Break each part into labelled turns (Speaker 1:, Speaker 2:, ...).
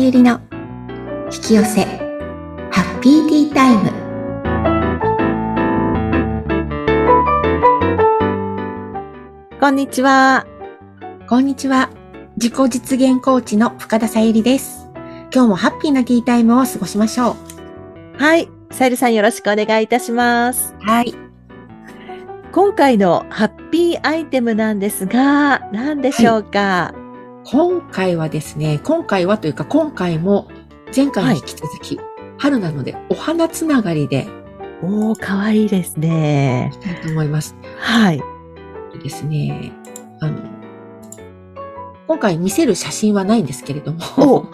Speaker 1: ゆりの引き寄せハッピーティータイム
Speaker 2: こんにちは。
Speaker 1: こんにちは自己実現コーチの深田さゆりです今日もハッピーなティータイムを過ごしましょ
Speaker 2: はい。さゆりさんよろしくお願いいたします。
Speaker 1: うはい
Speaker 2: 今回のハッピーアイテムなんですが、何でしょうか、
Speaker 1: 今回はですね今回はというか今回も前回に引き続き、春なのでお花つながりで
Speaker 2: おー、かわいいですね
Speaker 1: い。きたいと思います
Speaker 2: はい。
Speaker 1: ですねあの今回見せる写真はないんですけれども
Speaker 2: お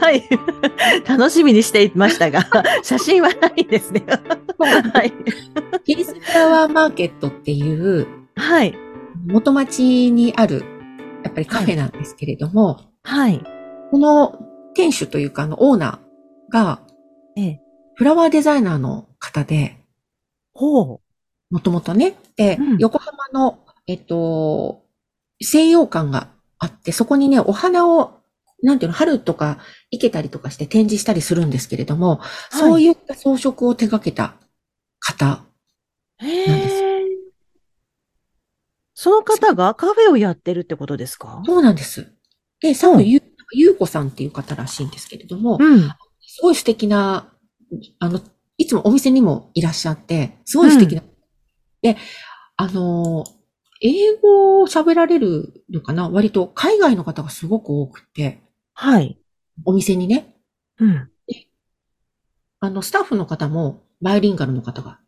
Speaker 2: はい。楽しみにしていましたが、写真はないんですね。はい。
Speaker 1: ピースフラワーマーケットっていう、
Speaker 2: はい。
Speaker 1: 元町にある、やっぱりカフェなんですけれども、
Speaker 2: はい。
Speaker 1: この店主というか、あの、オーナーが、
Speaker 2: ええ。
Speaker 1: フラワーデザイナーの方で、
Speaker 2: ほう。
Speaker 1: もともとね、で、
Speaker 2: うん
Speaker 1: 横浜の、えっと、西洋館があって、そこにね、お花を、なんていうの、春とか生けたりとかして展示したりするんですけれども、そう
Speaker 2: う。
Speaker 1: いった装飾を手掛けた方なんです
Speaker 2: へーその方がカフェをやってるってことですか
Speaker 1: そうなんです。で、サム
Speaker 2: うん
Speaker 1: ゆう、ゆうこさんっていう方らしいんですけれども、
Speaker 2: うん。
Speaker 1: すごい素敵な、あの、いつもお店にもいらっしゃって、すごい素敵な。で、あの、英語を喋られるのかな割と海外の方がすごく多くて、
Speaker 2: はい。
Speaker 1: お店にね、
Speaker 2: うん。
Speaker 1: あの、スタッフの方もバイリンガルの方が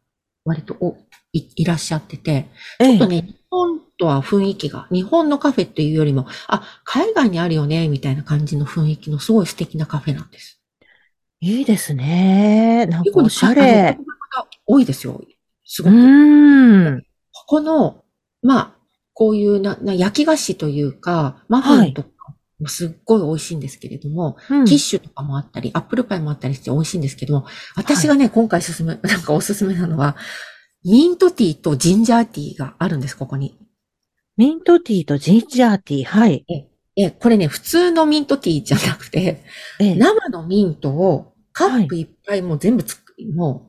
Speaker 1: 割とおいいらっしゃってて、
Speaker 2: え
Speaker 1: ちょっと
Speaker 2: え。
Speaker 1: ね、日本とは雰囲気が、日本のカフェっていうよりも、あ、海外にあるよね、みたいな感じの雰囲気のすごい素敵なカフェなんです。
Speaker 2: いいですね。なんか
Speaker 1: 結構ね
Speaker 2: おし
Speaker 1: あ
Speaker 2: ゃ
Speaker 1: の
Speaker 2: れ
Speaker 1: 外。国の方多いですよ。す
Speaker 2: う
Speaker 1: ごく。
Speaker 2: ーん。
Speaker 1: ここの、まあ、こういうな、な、焼き菓子というか、マフィンとかもすっごい美味しいんですけれども、
Speaker 2: うん
Speaker 1: キッシュとかもあったり、アップルパイもあったりして美味しいんですけども、私がね、今回進め、 なんかおすすめなのは、ミントティーとジンジャーティーがあるんです、ここに。
Speaker 2: ミントティーとジンジャーティー。はい。
Speaker 1: え、これね、普通のミントティーじゃなくて、
Speaker 2: ええ。
Speaker 1: 生のミントをカップいっぱいもう全部つく、もう、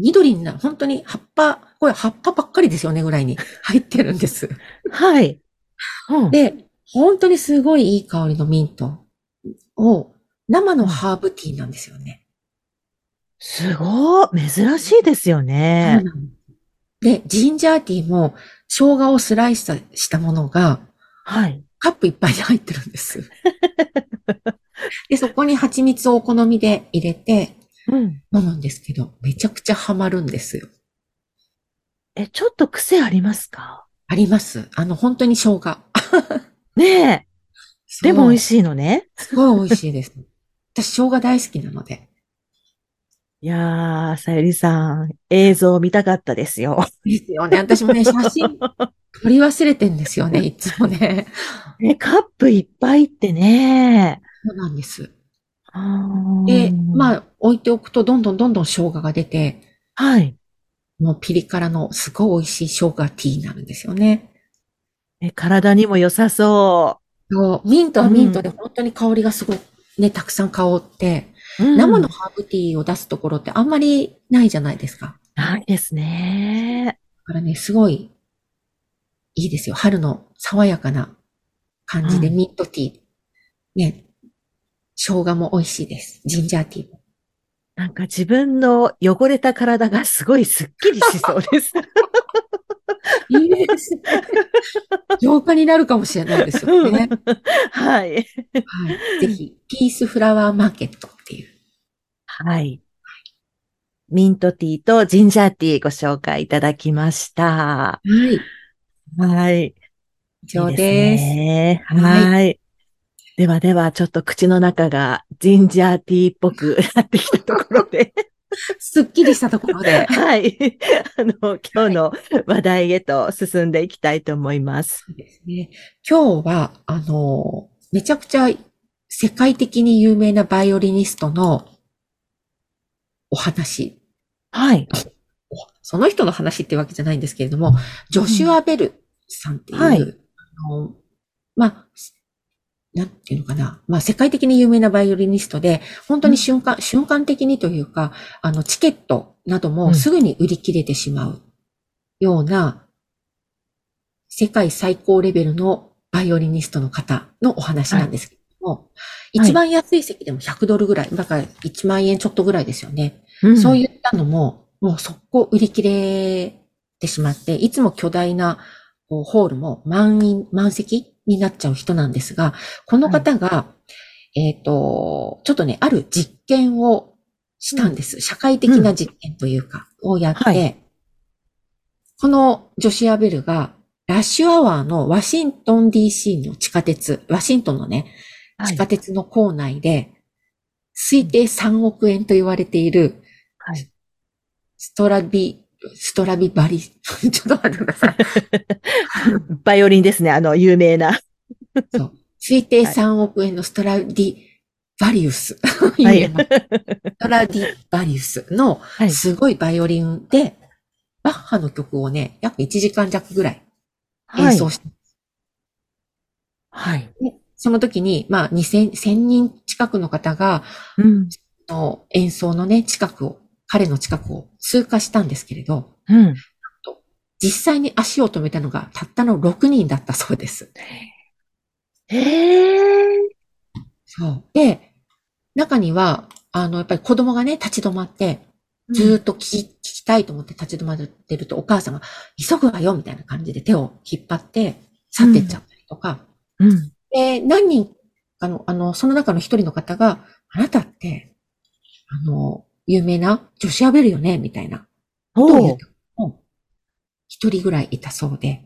Speaker 1: 緑になる、本当に葉っぱ、これ葉っぱばっかりですよねぐらいに入ってるんです。
Speaker 2: はい。 うん、
Speaker 1: で、本当にすごいいい香りのミントを、生のハーブティーなんですよね。
Speaker 2: すごい。珍しいですよね。
Speaker 1: で、ジンジャーティーも生姜をスライスしたものが
Speaker 2: はい。
Speaker 1: カップいっぱいに入ってるん です。で、そこに蜂蜜をお好みで入れて、
Speaker 2: うん。
Speaker 1: 飲むんですけど、めちゃくちゃハマるんですよ。
Speaker 2: え、ちょっと癖ありますか
Speaker 1: あります。あの、本当に生姜。
Speaker 2: ねえ。でも美味
Speaker 1: しい。
Speaker 2: しいのね。
Speaker 1: すごい美味しいです。私、生姜大好きなので。
Speaker 2: いやー、さゆりさん、映像見たかったですよ。
Speaker 1: ですよね。私も ね、写真撮り忘れてんですよね、いつもね。
Speaker 2: ね、カップいっぱいってね。
Speaker 1: そうなんです。で
Speaker 2: え、、あ
Speaker 1: まあ、置いておくと、どんどんどんどん生姜が出て、
Speaker 2: ー。はい。
Speaker 1: もうピリ辛のすごい美味しい生姜ティーになるんですよね。
Speaker 2: え体にも良さそ
Speaker 1: そうミントはミントで本当に香りがすごい、ね、たくさん香って、
Speaker 2: う。うん
Speaker 1: 生のハーブティーを出すところってあんまりないじゃないですか。
Speaker 2: ないですね。
Speaker 1: だからね、すごい、いいですよ。春の爽やかな感じで、
Speaker 2: うん
Speaker 1: ミントティー。ね。生姜も美味しいです。ジンジャーティーも。
Speaker 2: なんか自分の汚れた体がすごいスッキリしそうです。
Speaker 1: いいですね。 浄化になるかもしれないですよね。
Speaker 2: はい。
Speaker 1: はい、ぜひ、ピースフラワーマーケットっていう。
Speaker 2: はい。ミントティーとジンジャーティーご紹介いただきました。
Speaker 1: はい。以
Speaker 2: はい。
Speaker 1: 上
Speaker 2: いい
Speaker 1: です。
Speaker 2: ね
Speaker 1: はい
Speaker 2: はい。ではでは、ちょっと口の中がジンジャーティーっぽくなってきたところ で、
Speaker 1: すっきりしたところで。
Speaker 2: はい。あの、今日の話題へと進んでいきたいと思います。
Speaker 1: そうですね。今日は、あの、めちゃくちゃ世界的に有名なバイオリニストのお話
Speaker 2: はい。
Speaker 1: その人の話ってわけじゃないんですけれども、ジョシュア・ベルさんっていう、
Speaker 2: はい
Speaker 1: あのまあ、なんていうのかな。まあ、世界的に有名なバイオリニストで、本当に瞬間、瞬間的にというか、あの、チケットなど
Speaker 2: う
Speaker 1: も
Speaker 2: ん
Speaker 1: すぐに売り切れてしまうような、世界最高レベルのバイオリニストの方のお話なんですけども、
Speaker 2: はい
Speaker 1: 一番安い席でも100ドルぐらい、だから1万円ちょっとぐらいですよね。
Speaker 2: うん
Speaker 1: そういったのも、もう速攻売り切れてしまって、いつも巨大なこうホールも満員、満席になっちゃう人なんですが、この方が、えっ、と、ちょっとね、ある実験をしたんです。社会的な実験というか、をやって、
Speaker 2: はい
Speaker 1: このジョシア・ベルが、ラッシュアワーのワシントン DC の地下鉄、ワシントンのね、
Speaker 2: はい
Speaker 1: 地下鉄の構内で、推定3億円と言われている、
Speaker 2: はい
Speaker 1: ストラビ、ストラビバリ、ち ょっと待ってください。
Speaker 2: バイオリンですね。あの、有名な。
Speaker 1: そう推定
Speaker 2: はい
Speaker 1: 3億円のストラディバリウス。
Speaker 2: はい
Speaker 1: いいねまあストラディバリウスの
Speaker 2: はい
Speaker 1: すごいバイオリンで、バッハの曲をね、約1時間弱ぐらい
Speaker 2: は
Speaker 1: 演
Speaker 2: い
Speaker 1: 奏して、
Speaker 2: はい。
Speaker 1: その時に、まあ、2000、1000人近くの方が、
Speaker 2: うん。
Speaker 1: の演奏のね、近くを、彼の近くを通過したんですけれど、
Speaker 2: うん。
Speaker 1: 実際に足を止めたのがたったの6人だったそうです。
Speaker 2: へえ。
Speaker 1: そう。で、中には、あの、やっぱり子供がね、立ち止まって、ずーっと聞き,、聞きたいと思って立ち止まってると、お母さんが、急ぐわよみたいな感じで手を引っ張って、去ってっちゃったりとか、
Speaker 2: うん。
Speaker 1: で、何人かの、あの、その中の一人の方が、あなたって、あの、有名な女子アベルよねみたいなことを言
Speaker 2: お
Speaker 1: っ
Speaker 2: う
Speaker 1: た人も一人ぐらいいたそうで、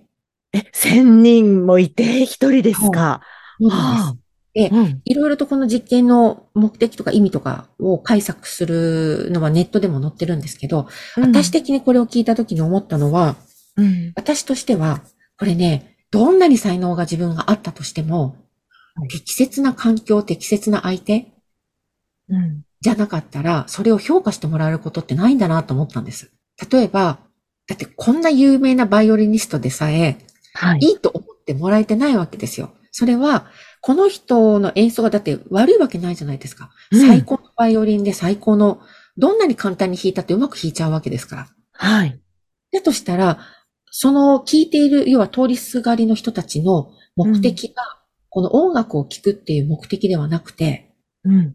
Speaker 2: え、千人もいて、一人ですか。
Speaker 1: そうなんです
Speaker 2: はあ
Speaker 1: で
Speaker 2: うん
Speaker 1: いろいろとこの実験の目的とか意味とかを解釈するのはネットでも載ってるんですけど、私的にこれを聞いた時に思ったのは、
Speaker 2: うん。
Speaker 1: 私としては、これね、どんなに才能が自分があったとしても
Speaker 2: はい、
Speaker 1: 適切な環境、適切な相手
Speaker 2: うん。
Speaker 1: じゃなかったら、それを評価してもらえることってないんだなと思ったんです。例えば、だってこんな有名なバイオリニストでさえ、
Speaker 2: はい。
Speaker 1: いいと思ってもらえてないわけですよ。それは、この人の演奏がだって悪いわけないじゃないですか。
Speaker 2: うん
Speaker 1: 最高のバイオリンで最高の、どんなに簡単に弾いたってうまく弾いちゃうわけですから。
Speaker 2: はい。
Speaker 1: だとしたら、その聴いている、要は通りすがりの人たちの目的が、この音楽を聴くっていう目的ではなくて、
Speaker 2: うん。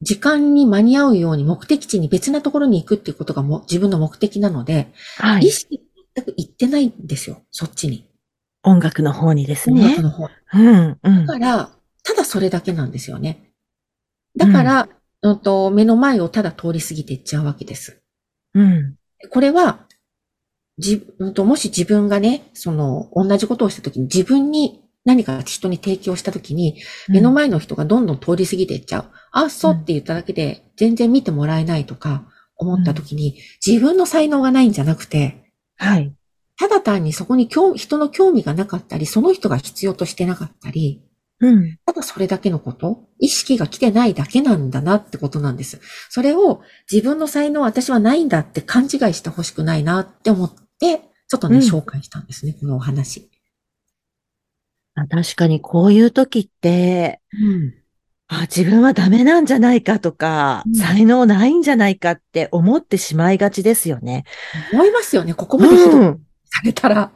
Speaker 1: 時間に間に合うように目的地に別なところに行くっていうことがも自分の目的なので、
Speaker 2: はい
Speaker 1: 意。識全く行ってないんですよ、そっちに。
Speaker 2: 音楽の方にです
Speaker 1: 音楽
Speaker 2: ね。
Speaker 1: の方
Speaker 2: うん。うん
Speaker 1: だ。から、ただそれだけなんですよね。だから、うん、と目の前をただ通り過ぎていっちゃうわけです。
Speaker 2: うん。
Speaker 1: これは、じ、うん、ともし自分がね、その、同じことをしたときに、自分に何か人に提供したときに、目の前の人がどんどん通り過ぎていっちゃう。あ、そうって言っただけで、全然見てもらえないとか、思ったときに、自分の才能がないんじゃなくて、
Speaker 2: はい。
Speaker 1: ただ単にそこに興人の興味がなかったり、その人が必要としてなかったり、
Speaker 2: うん。
Speaker 1: ただそれだけのこと、意識が来てないだけなんだなってことなんです。それを自分の才能私はないんだって勘違いしてほしくないなって思って、ちょっとね、
Speaker 2: うん
Speaker 1: 紹介したんですね、このお話。
Speaker 2: あ確かにこういう時って、
Speaker 1: うん。
Speaker 2: あ、自分はダメなんじゃないかとか、
Speaker 1: うん
Speaker 2: 才能ないんじゃないかって思ってしまいがちですよね。
Speaker 1: 思いますよね、ここまでひど
Speaker 2: う
Speaker 1: く
Speaker 2: ん。
Speaker 1: されたら。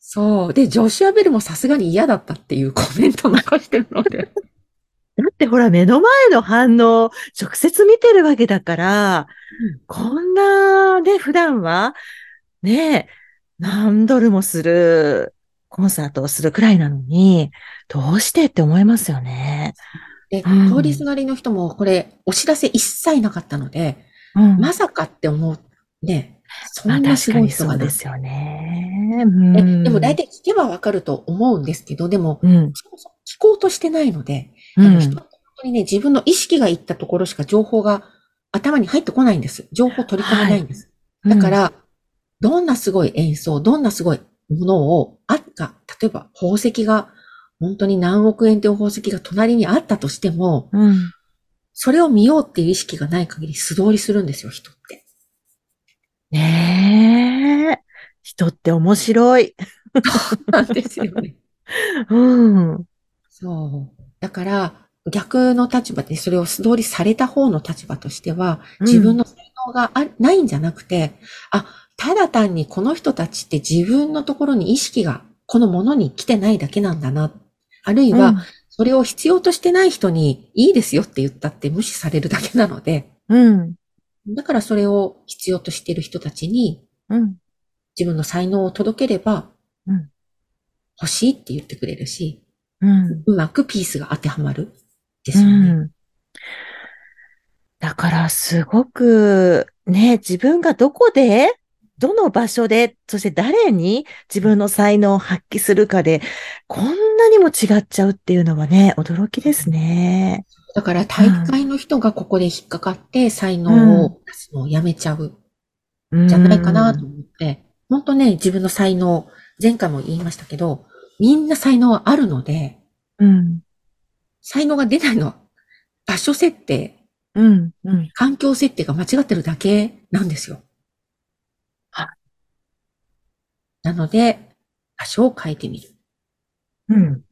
Speaker 1: そう。で、ジョシュア・ベルもさすがに嫌だったっていうコメント残してるので。
Speaker 2: だってほら、目の前の反応、直接見てるわけだから、
Speaker 1: うん
Speaker 2: こんな、ね、普段は、ね、何ドルもするコンサートをするくらいなのに、どうしてって思いますよね。
Speaker 1: で、
Speaker 2: うん
Speaker 1: 通りすがりの人も、これ、お知らせ一切なかったので、
Speaker 2: うん。
Speaker 1: まさかって思う。ね、そ
Speaker 2: まあ
Speaker 1: んなす
Speaker 2: 確
Speaker 1: ご
Speaker 2: か
Speaker 1: い
Speaker 2: に
Speaker 1: 人
Speaker 2: そ
Speaker 1: が
Speaker 2: う
Speaker 1: ね
Speaker 2: ですよね。
Speaker 1: え
Speaker 2: うん
Speaker 1: でも大体聞けばわかると思うんですけど、でも、
Speaker 2: うん。
Speaker 1: そもそも聞こうとしてないので、
Speaker 2: う
Speaker 1: あの人
Speaker 2: ん
Speaker 1: は。本当にね、自分の意識がいったところしか情報が頭に入ってこないんです。情報を取り込めないんです。だか
Speaker 2: うん、
Speaker 1: ら、どんなすごい演奏、どんなすごいものを、あった、例えば宝石が、本当に何億円という宝石が隣にあったとしても、
Speaker 2: うん。
Speaker 1: それを見ようっていう意識がない限り素通りするんですよ、人 って。
Speaker 2: ねえ。人って面白い。
Speaker 1: なんですよね。
Speaker 2: うん。
Speaker 1: そう。だから、逆の立場でそれを素通りされた方の立場としては、
Speaker 2: うん
Speaker 1: 自分の才能があないんじゃなくて、あ、ただ単にこの人たちって自分のところに意識がこのものに来てないだけなんだな。あるいは、それを必要としてない人にいいですよって言ったって無視されるだけなので、
Speaker 2: うん。
Speaker 1: だからそれを必要としてる人たちに
Speaker 2: うん。
Speaker 1: 自分の才能を届ければ
Speaker 2: うん、
Speaker 1: 欲しいって言ってくれるし、
Speaker 2: うん。
Speaker 1: うまくピースが当てはまる。です
Speaker 2: う
Speaker 1: よね。
Speaker 2: ん。だから、すごく、ね、自分がどこで、どの場所で、そして誰に自分の才能を発揮するかで、こんなにも違っちゃうっていうのはね、驚きですね。
Speaker 1: だから体育会の人がここで引っかかって才能を出すのをやめちゃう
Speaker 2: じ
Speaker 1: じゃないかなと思って、本当ね、自分の才能、前回も言いましたけど、みんな才能はあるので、
Speaker 2: うん。
Speaker 1: 才能が出ないのは場所設定、
Speaker 2: うん。うん。
Speaker 1: 環境設定が間違ってるだけなんですよ。
Speaker 2: はい
Speaker 1: なので、場所を変えてみる。
Speaker 2: うん。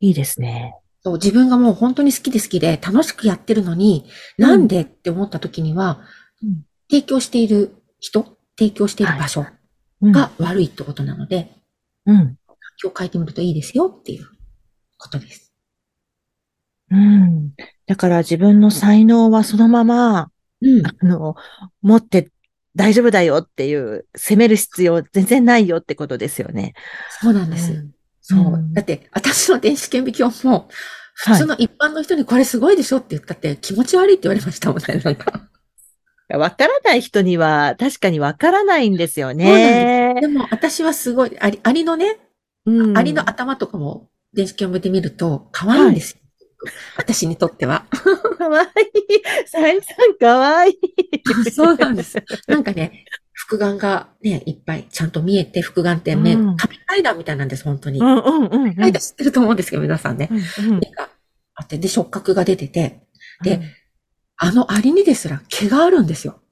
Speaker 2: いいですね。
Speaker 1: そう、自分がもう本当に好きで好きで楽しくやってるのに、
Speaker 2: うん
Speaker 1: なんでって思った時には、
Speaker 2: うん
Speaker 1: 提供している人、提供している場所
Speaker 2: うん
Speaker 1: が悪いってことなので、
Speaker 2: うん。
Speaker 1: 今日変えてみるといいですよっていうことです。
Speaker 2: うん。だから自分の才能はそのまま、
Speaker 1: うん。
Speaker 2: あの、持って大丈夫だよっていう、責める必要全然ないよってことですよね。。
Speaker 1: そうなんです。そううんだって、私の電子顕微鏡も、普通の一般の人にこれすごいでしょって言ったって気持ち悪いって言われましたもんね、なんか。
Speaker 2: わからない人には確かにわからないんですよね。
Speaker 1: でも私はすごい、アリアリのね、
Speaker 2: うん
Speaker 1: アリの頭とかも電子顕微鏡で見ると可愛いんですよ。私にとっては。
Speaker 2: かわいい。さえさんかわい い。
Speaker 1: そうなんです。 なんかね、複眼がね、いっぱいちゃんと見えて、複眼ってね、
Speaker 2: うん
Speaker 1: カメラライダーみたいなんです、本当に。
Speaker 2: う
Speaker 1: カ
Speaker 2: んうんうんうん。
Speaker 1: メラライダー知ってると思うんですけど、皆さんね。
Speaker 2: うんうん
Speaker 1: 目があって、で、触覚が出てて、で、あのアリにですら毛があるんですよ。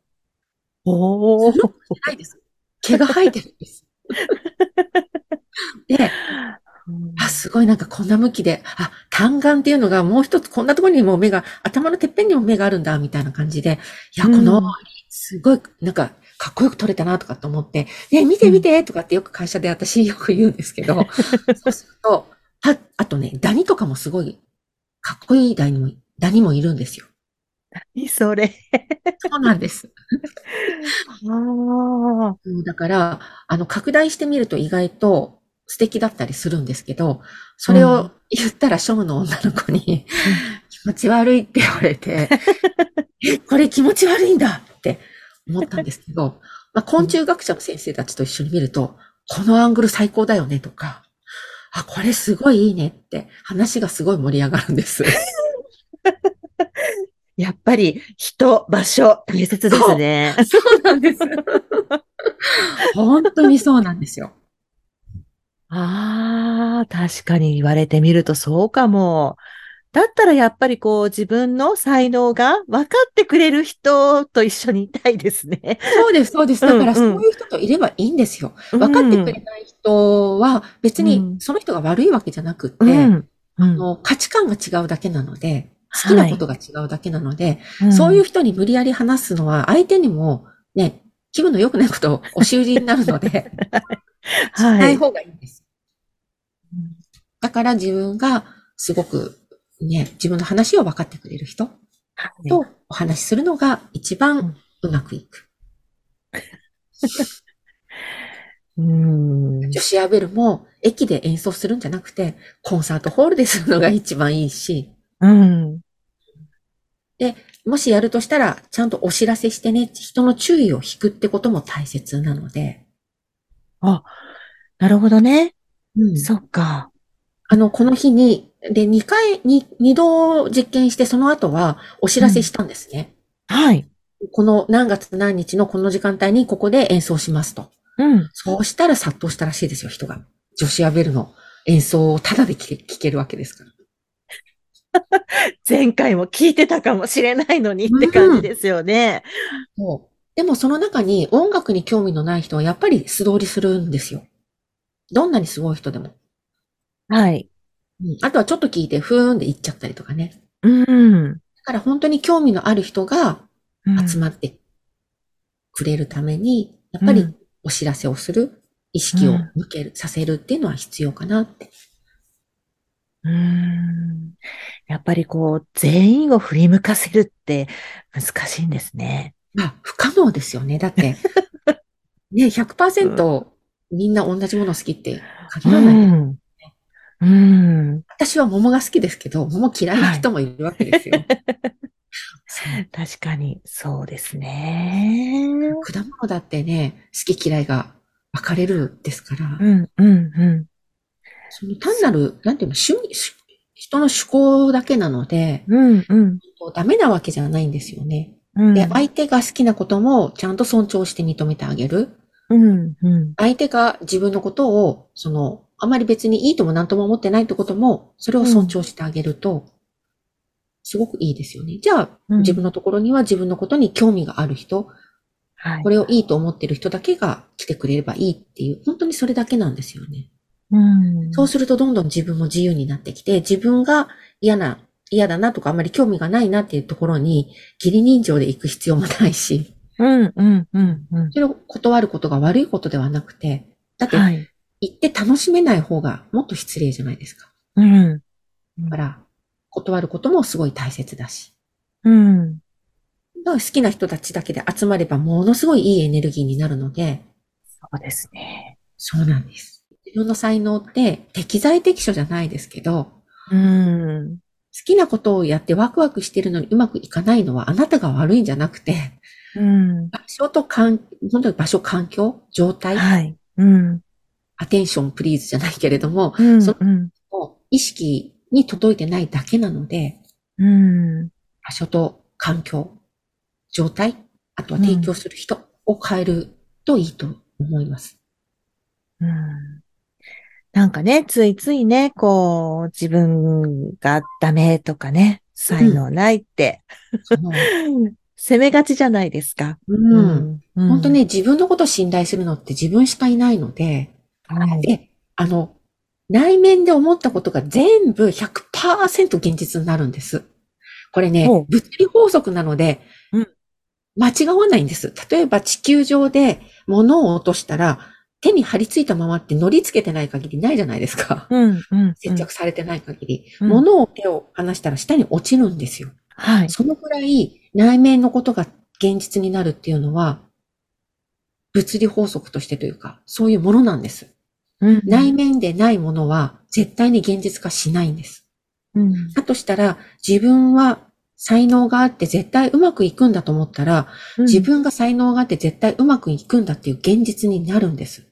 Speaker 2: おお。
Speaker 1: ないです。毛が生えてるん です。で、あ、すごいなんかこんな向きで、あ、単眼っていうのがもう一つこんなところにも目が、頭のてっぺんにも目があるんだ、みたいな感じで、いや、この、
Speaker 2: うん
Speaker 1: すごい、なんか、かっこよく撮れたな、とかと思って、ね、見て見て、とかってよく会社で私よく言うんですけ ど、そうすると、あ、あとね、ダニとかもすごい、かっこいいダニも、ダニもいるんですよ。
Speaker 2: 何それ。
Speaker 1: そうなんです。
Speaker 2: ああ。
Speaker 1: うんだから、あの、拡大してみると意外と素敵だったりするんですけど、それ
Speaker 2: う
Speaker 1: を言ったら、ショムの女の子に、気持ち悪いって言われ て、え、これ気持ち悪いんだって思ったんですけど、まあ、昆虫学者の先生たちと一緒に見ると、このアングル最高だよねとか、あ、これすごいいいねって話がすごい盛り上がるんです。
Speaker 2: やっぱり人、場所、大切ですね。
Speaker 1: そうなんです。 本当にそうなんですよ。
Speaker 2: ああ、確かに言われてみるとそうかも。だったらやっぱりこう自分の才能が分かってくれる人と一緒にいたいですね。
Speaker 1: そうです、そうです。だから
Speaker 2: うん
Speaker 1: そ
Speaker 2: うん
Speaker 1: ういう人といればいいんですよ。分かってくれない人は別
Speaker 2: うん
Speaker 1: にその人が悪いわけじゃなくって、
Speaker 2: うんうん
Speaker 1: あの価値観が違うだけなので、好きなことが違うだけなので、そういう人に無理やり話すのは相手にもね、気分の良くないことを押し売りになるので、し
Speaker 2: はい
Speaker 1: ない方がいいんです
Speaker 2: うん。
Speaker 1: だから自分がすごくね、自分の話を分かってくれる人
Speaker 2: はい
Speaker 1: とお話しするのが一番うまくいく。
Speaker 2: うん
Speaker 1: 女子アベルも駅で演奏するんじゃなくて、コンサートホールでするのが一番いいし、
Speaker 2: うん
Speaker 1: もしやるとしたら、ちゃんとお知らせしてね、人の注意を引くってことも大切なので、
Speaker 2: なるほどね。
Speaker 1: うん
Speaker 2: そっか。
Speaker 1: あの、この日に、で、2回、に2度実験して、その後はお知らせしたんですね。
Speaker 2: はい。
Speaker 1: この何月何日のこの時間帯にここで演奏しますと。
Speaker 2: うん。
Speaker 1: そうしたら殺到したらしいですよ、人が。女子アベルの演奏をタダで聴け聴けるわけですから。
Speaker 2: 前回も聞いてたかもしれないのにって感じですよね。
Speaker 1: そうでもその中に音楽に興味のない人はやっぱり素通りするんですよ。どんなにすごい人でも。
Speaker 2: はい。
Speaker 1: うんあとはちょっと聞いて、ふーんで行っちゃったりとかね。
Speaker 2: うん。
Speaker 1: だから本当に興味のある人が集まってくれるために、やっぱ
Speaker 2: う
Speaker 1: り
Speaker 2: ん
Speaker 1: お知らせをする、意識を
Speaker 2: うん
Speaker 1: 向ける、させるっていうのは必要かなって。
Speaker 2: うん。やっぱりこう、全員を振り向かせるって難しいんですね。
Speaker 1: まあ、不可能ですよね。だ って、ね、100%みんな同じもの好きって限らない。
Speaker 2: ん。うん。
Speaker 1: 私は桃が好きですけど、桃嫌いな人もいるわけですよ。そう
Speaker 2: 確かに、そうですね。
Speaker 1: 果物だってね、好き嫌いが分かれるですから、
Speaker 2: うん、うん、う
Speaker 1: その単なる、なんていうの、趣味、趣人の趣向だけなので、
Speaker 2: ん。うん、うん。
Speaker 1: ダメなわけじゃないんですよね。
Speaker 2: うん
Speaker 1: で、相手が好きなこともちゃんと尊重して認めてあげる。
Speaker 2: うん、うん。
Speaker 1: 相手が自分のことを、その、あまり別にいいとも何とも思ってないってことも、それを尊重してあげると、すごくいいですよね。じゃあ、
Speaker 2: うん
Speaker 1: 自分のところには自分のことに興味がある人、
Speaker 2: はい
Speaker 1: こ。れをいいと思ってる人だけが来てくれればいいっていう、本当にそれだけなんですよね。
Speaker 2: うん
Speaker 1: そうするとどんどん自分も自由になってきて、自分が嫌な、嫌だなとかあんまり興味がないなっていうところに、義理人情で行く必要もないし、
Speaker 2: うん、うん、うん、うん。
Speaker 1: それを断ることが悪いことではなくて、だって
Speaker 2: はい。
Speaker 1: 行って楽しめない方がもっと失礼じゃないですか。
Speaker 2: うん。
Speaker 1: だから、断ることもすごい大切だし。
Speaker 2: うん。
Speaker 1: だから好きな人たちだけで集まればものすごいいいエネルギーになるので、
Speaker 2: そうですね。
Speaker 1: そうなんです。自分の才能って適材適所じゃないですけど、
Speaker 2: う
Speaker 1: 好
Speaker 2: ん。
Speaker 1: きなことをやってワクワクしてるのにうまくいかないのはあなたが悪いんじゃなくて、
Speaker 2: うん。
Speaker 1: 場所とかん、本当に場所、環境、状態、
Speaker 2: はい。うん。
Speaker 1: アテンションプリーズじゃないけれども、
Speaker 2: うん。
Speaker 1: そ
Speaker 2: うん。
Speaker 1: もう意識に届いてないだけなので、
Speaker 2: うん。
Speaker 1: 場所と環境、状態、あとは提供する人を変えるといいと思います。
Speaker 2: うんなんかね、ついついね、こう、自分がダメとかね、才能ないって、
Speaker 1: その
Speaker 2: 責めがちじゃないですか。
Speaker 1: うん
Speaker 2: うん
Speaker 1: 本当ね、、自分のことを信頼するのって自分しかいないので、
Speaker 2: はい。
Speaker 1: で、あの、内面で思ったことが全部100%現実になるんです。これね
Speaker 2: ほう、
Speaker 1: 物理法則なので、
Speaker 2: うん
Speaker 1: 間違わないんです。例えば地球上で物を落としたら、手に張り付いたままって乗り付けてない限りないじゃないですか。
Speaker 2: うん。うん。
Speaker 1: 接着されてない限り、
Speaker 2: うん
Speaker 1: 物を手を離したら下に落ちるんですよ。
Speaker 2: はい。
Speaker 1: そのくらい内面のことが現実になるっていうのは、物理法則としてというか、そういうものなんです。
Speaker 2: うん
Speaker 1: 内面でないものは絶対に現実化しないんです。
Speaker 2: うん。
Speaker 1: だとしたら、自分は才能があって絶対うまくいくんだと思ったら、自分が才能があって絶対うまくいくんだっていう現実になるんです。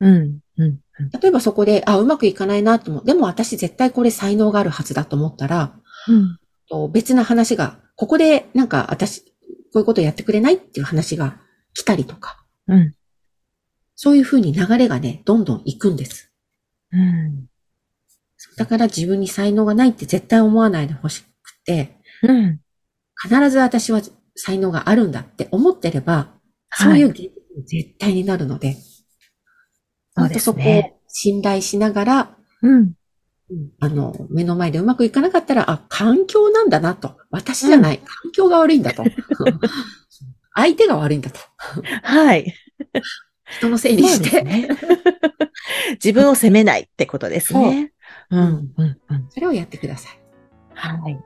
Speaker 2: うん。うん。
Speaker 1: 例えばそこで、あ、うまくいかないなと思う。でも私絶対これ才能があるはずだと思ったら、
Speaker 2: うん。
Speaker 1: と別な話が、ここでなんか私、こういうことやってくれないっていう話が来たりとか、
Speaker 2: うん。
Speaker 1: そういうふうに流れがね、どんどん行くんです。
Speaker 2: うん。
Speaker 1: だから自分に才能がないって絶対思わないでほしくて、
Speaker 2: うん。
Speaker 1: 必ず私は才能があるんだって思ってれば、そういう現実に絶対になるので、
Speaker 2: そ
Speaker 1: ほ
Speaker 2: うんで
Speaker 1: と
Speaker 2: す
Speaker 1: そこ
Speaker 2: ね。
Speaker 1: を信頼しながら、
Speaker 2: うん。
Speaker 1: うんあの、目の前でうまくいかなかったら、あ、環境なんだなと。私じゃない。環境が悪いんだと。 相手が悪いんだと。
Speaker 2: はい。
Speaker 1: 人のせいに
Speaker 2: そ
Speaker 1: し
Speaker 2: うで
Speaker 1: て、
Speaker 2: すね 自分を責めないってことですね。うん。うん。うん。
Speaker 1: それをやってください。
Speaker 2: はい。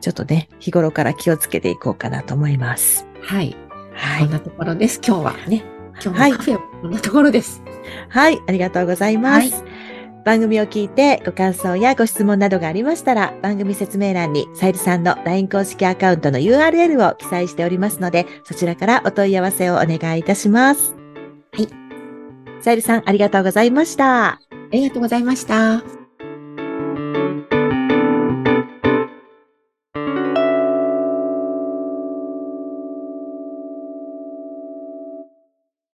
Speaker 2: ちょっとね、日頃から気をつけていこうかなと思います。
Speaker 1: はい。
Speaker 2: は
Speaker 1: こん
Speaker 2: い。
Speaker 1: なところです。今日はね。今
Speaker 2: は
Speaker 1: 日
Speaker 2: い
Speaker 1: のカフェはこんなところです。
Speaker 2: はい。ありがとうございます。番組を聞いてご感想やご質問などがありましたら、番組説明欄にさゆりさんの LINE 公式アカウントの URL を記載しておりますので、そちらからお問い合わせをお願いいたします。
Speaker 1: はい。
Speaker 2: さゆりさん、ありがとうございました。
Speaker 1: ありがとうございました。